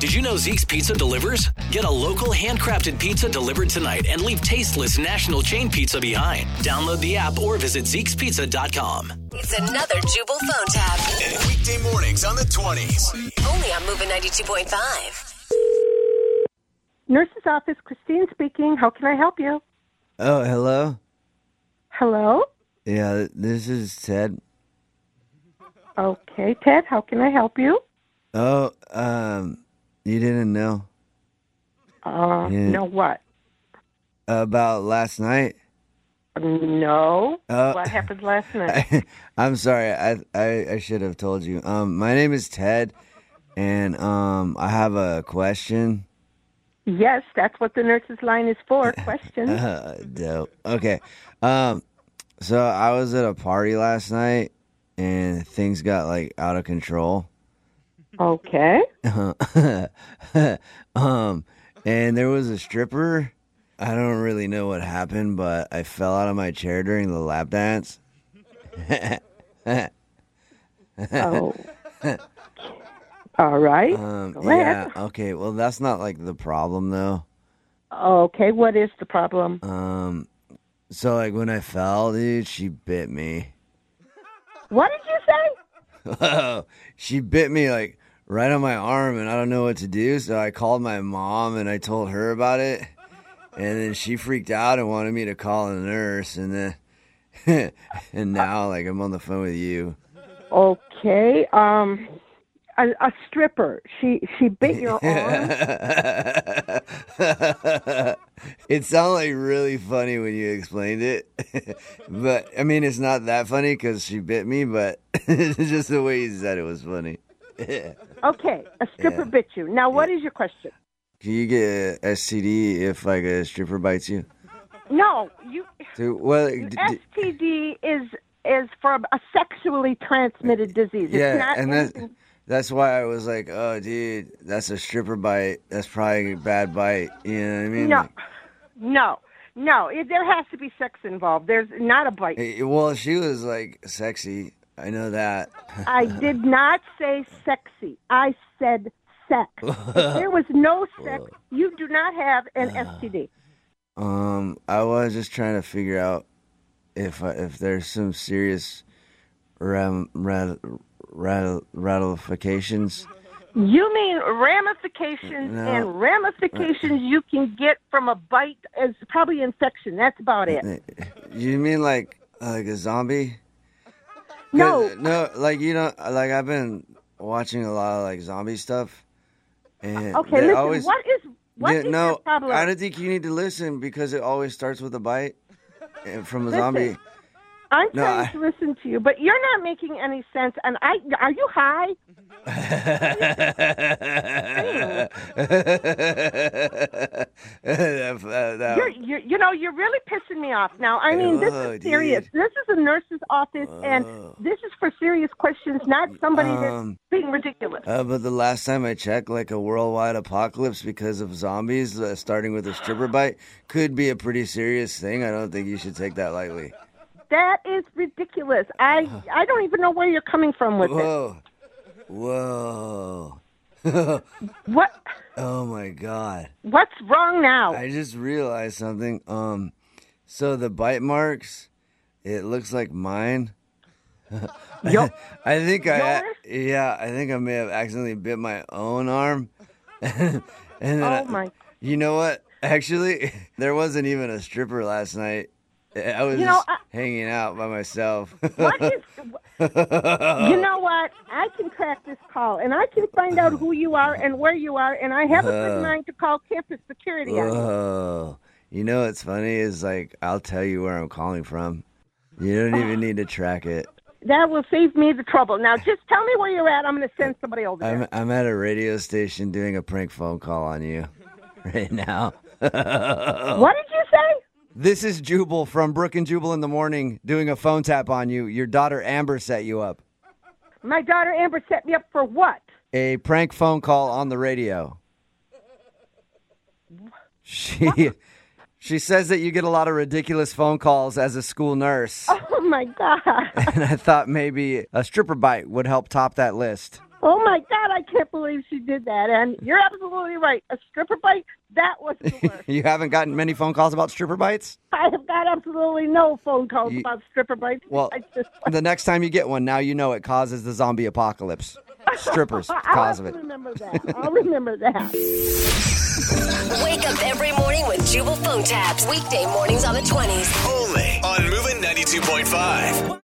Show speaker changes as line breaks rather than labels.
Did you know Zeke's Pizza delivers? Get a local handcrafted pizza delivered tonight and leave tasteless national chain pizza behind. Download the app or visit Zeke'sPizza.com.
It's another Jubal phone tab.
Weekday mornings on the 20s.
Only on Moving 92.5.
Nurse's office, Christine speaking. How can I help you?
Oh, hello.
Hello?
Yeah, th- this is Ted.
Okay, Ted, how can I help you?
Oh, um, you didn't know
Uh,
Yeah.
no what?
about last night?
No.
Uh,
what happened last night?
I, am sorry. I, I I should have told you. Um, my name is Ted, and um, I have a question.
yes, that's what the nurse's line is for. Questions.
Uh, dope. Okay. Um, so I was at a party last night, and things got like out of control.
Okay.
um, and there was a stripper. I don't really know what happened, but I fell out of my chair during the lap dance.
Oh. All right.
Um,
Go
yeah.
ahead.
Okay. Well, that's not like the problem though.
Okay, what is the problem?
Um, so like when I fell, dude, she bit me.
what did you say?
she bit me like right on my arm, and I don't know what to do. So I called my mom and I told her about it, and then she freaked out and wanted me to call a nurse, and then and now like I'm on the phone with you.
Okay. Um a, a stripper. She she bit your arm.
it sounded like really funny when you explained it, but I mean it's not that funny because she bit me, but just the way you said it was funny.
Okay, a stripper bit you. Now what is your question?
Can you get a STD if like a stripper bites you?
No, you
Dude, well, d- d-
STD is is from a sexually transmitted disease. it's
yeah,
not
and that,
anything.
that's why I was like, oh, dude, that's a stripper bite. That's probably a bad bite. You know what I mean?
no,
Like,
no, no. It, there has to be sex involved. There's not a bite.
eh, well, she was like sexy. I know that.
I did not say sexy. I said sex. if there was no sex, you do not have an
Ah.
STD.
Um, I was just trying to figure out if I, if there's some serious ram, rat, rat, ratifications.
You mean ramifications
No.
and ramifications you can get from a bite is probably infection. That's about it.
You mean like like a zombie?
No,
'Cause, no, like you know, like I've been watching a lot of like zombie stuff, and
Okay,
they
listen.
always,
what is what
Yeah,
is
no,
your problem?
I don't think you need to listen because it always starts with a bite and from a
Listen.
zombie.
I'm
no,
trying
I-
to listen to you, but you're not making any sense. And I, are you high?
That- that-
You're, you're, you know, you're really pissing me off. Now, I mean, this
Whoa,
is serious.
Oh, dude. Oh.
This is a nurse's office, and this is for serious questions, not somebody that's
Um,
being ridiculous.
uh, but the last time I checked, like a worldwide apocalypse because of zombies, uh, starting with a stripper bite, could be a pretty serious thing. I don't think you should take that lightly.
that is ridiculous. I, I don't even know where you're coming from with it.
uh, Whoa. Whoa.
What,
Oh my god.
what's wrong now?
I just realized something. Um so the bite marks, it looks like mine.
Yo-
I think I yeah, I think I may have accidentally bit my own arm. and then I-
oh my!
You know what? Actually, there wasn't even a stripper last night. I was
You know,
just
I-
hanging out by myself.
What is? You know what? I can crack this call, and I can find out who you are and where you are, and I have a
Uh.
good mind to call campus security on you.
Whoa. You know what's funny is like I'll tell you where I'm calling from. You don't even need to track it.
That will save me the trouble. Now, just tell me where you're at. I'm going to send somebody over there.
I'm I'm at a radio station doing a prank phone call on you right now.
What did you say?
This is Jubal from Brook and Jubal in the morning doing a phone tap on you. Your daughter Amber set you up.
My daughter Amber set me up for what?
A prank phone call on the radio. She she says that you get a lot of ridiculous phone calls as a school nurse.
Oh my God!
and I thought maybe a stripper bite would help top that list.
Oh my God, I can't believe she did that. And you're absolutely right. A stripper bite, that was the worst.
You haven't gotten many phone calls about stripper bites?
I have got absolutely no phone calls
You-
about stripper bites.
Well,
I just,
the next time you get one, now you know it causes the zombie apocalypse. Strippers,
I'll
cause of
have
it.
to remember that. I'll remember that.
Wake up every morning with Jubal phone tabs. Weekday mornings on the 20s.
Only on Moving 92.5.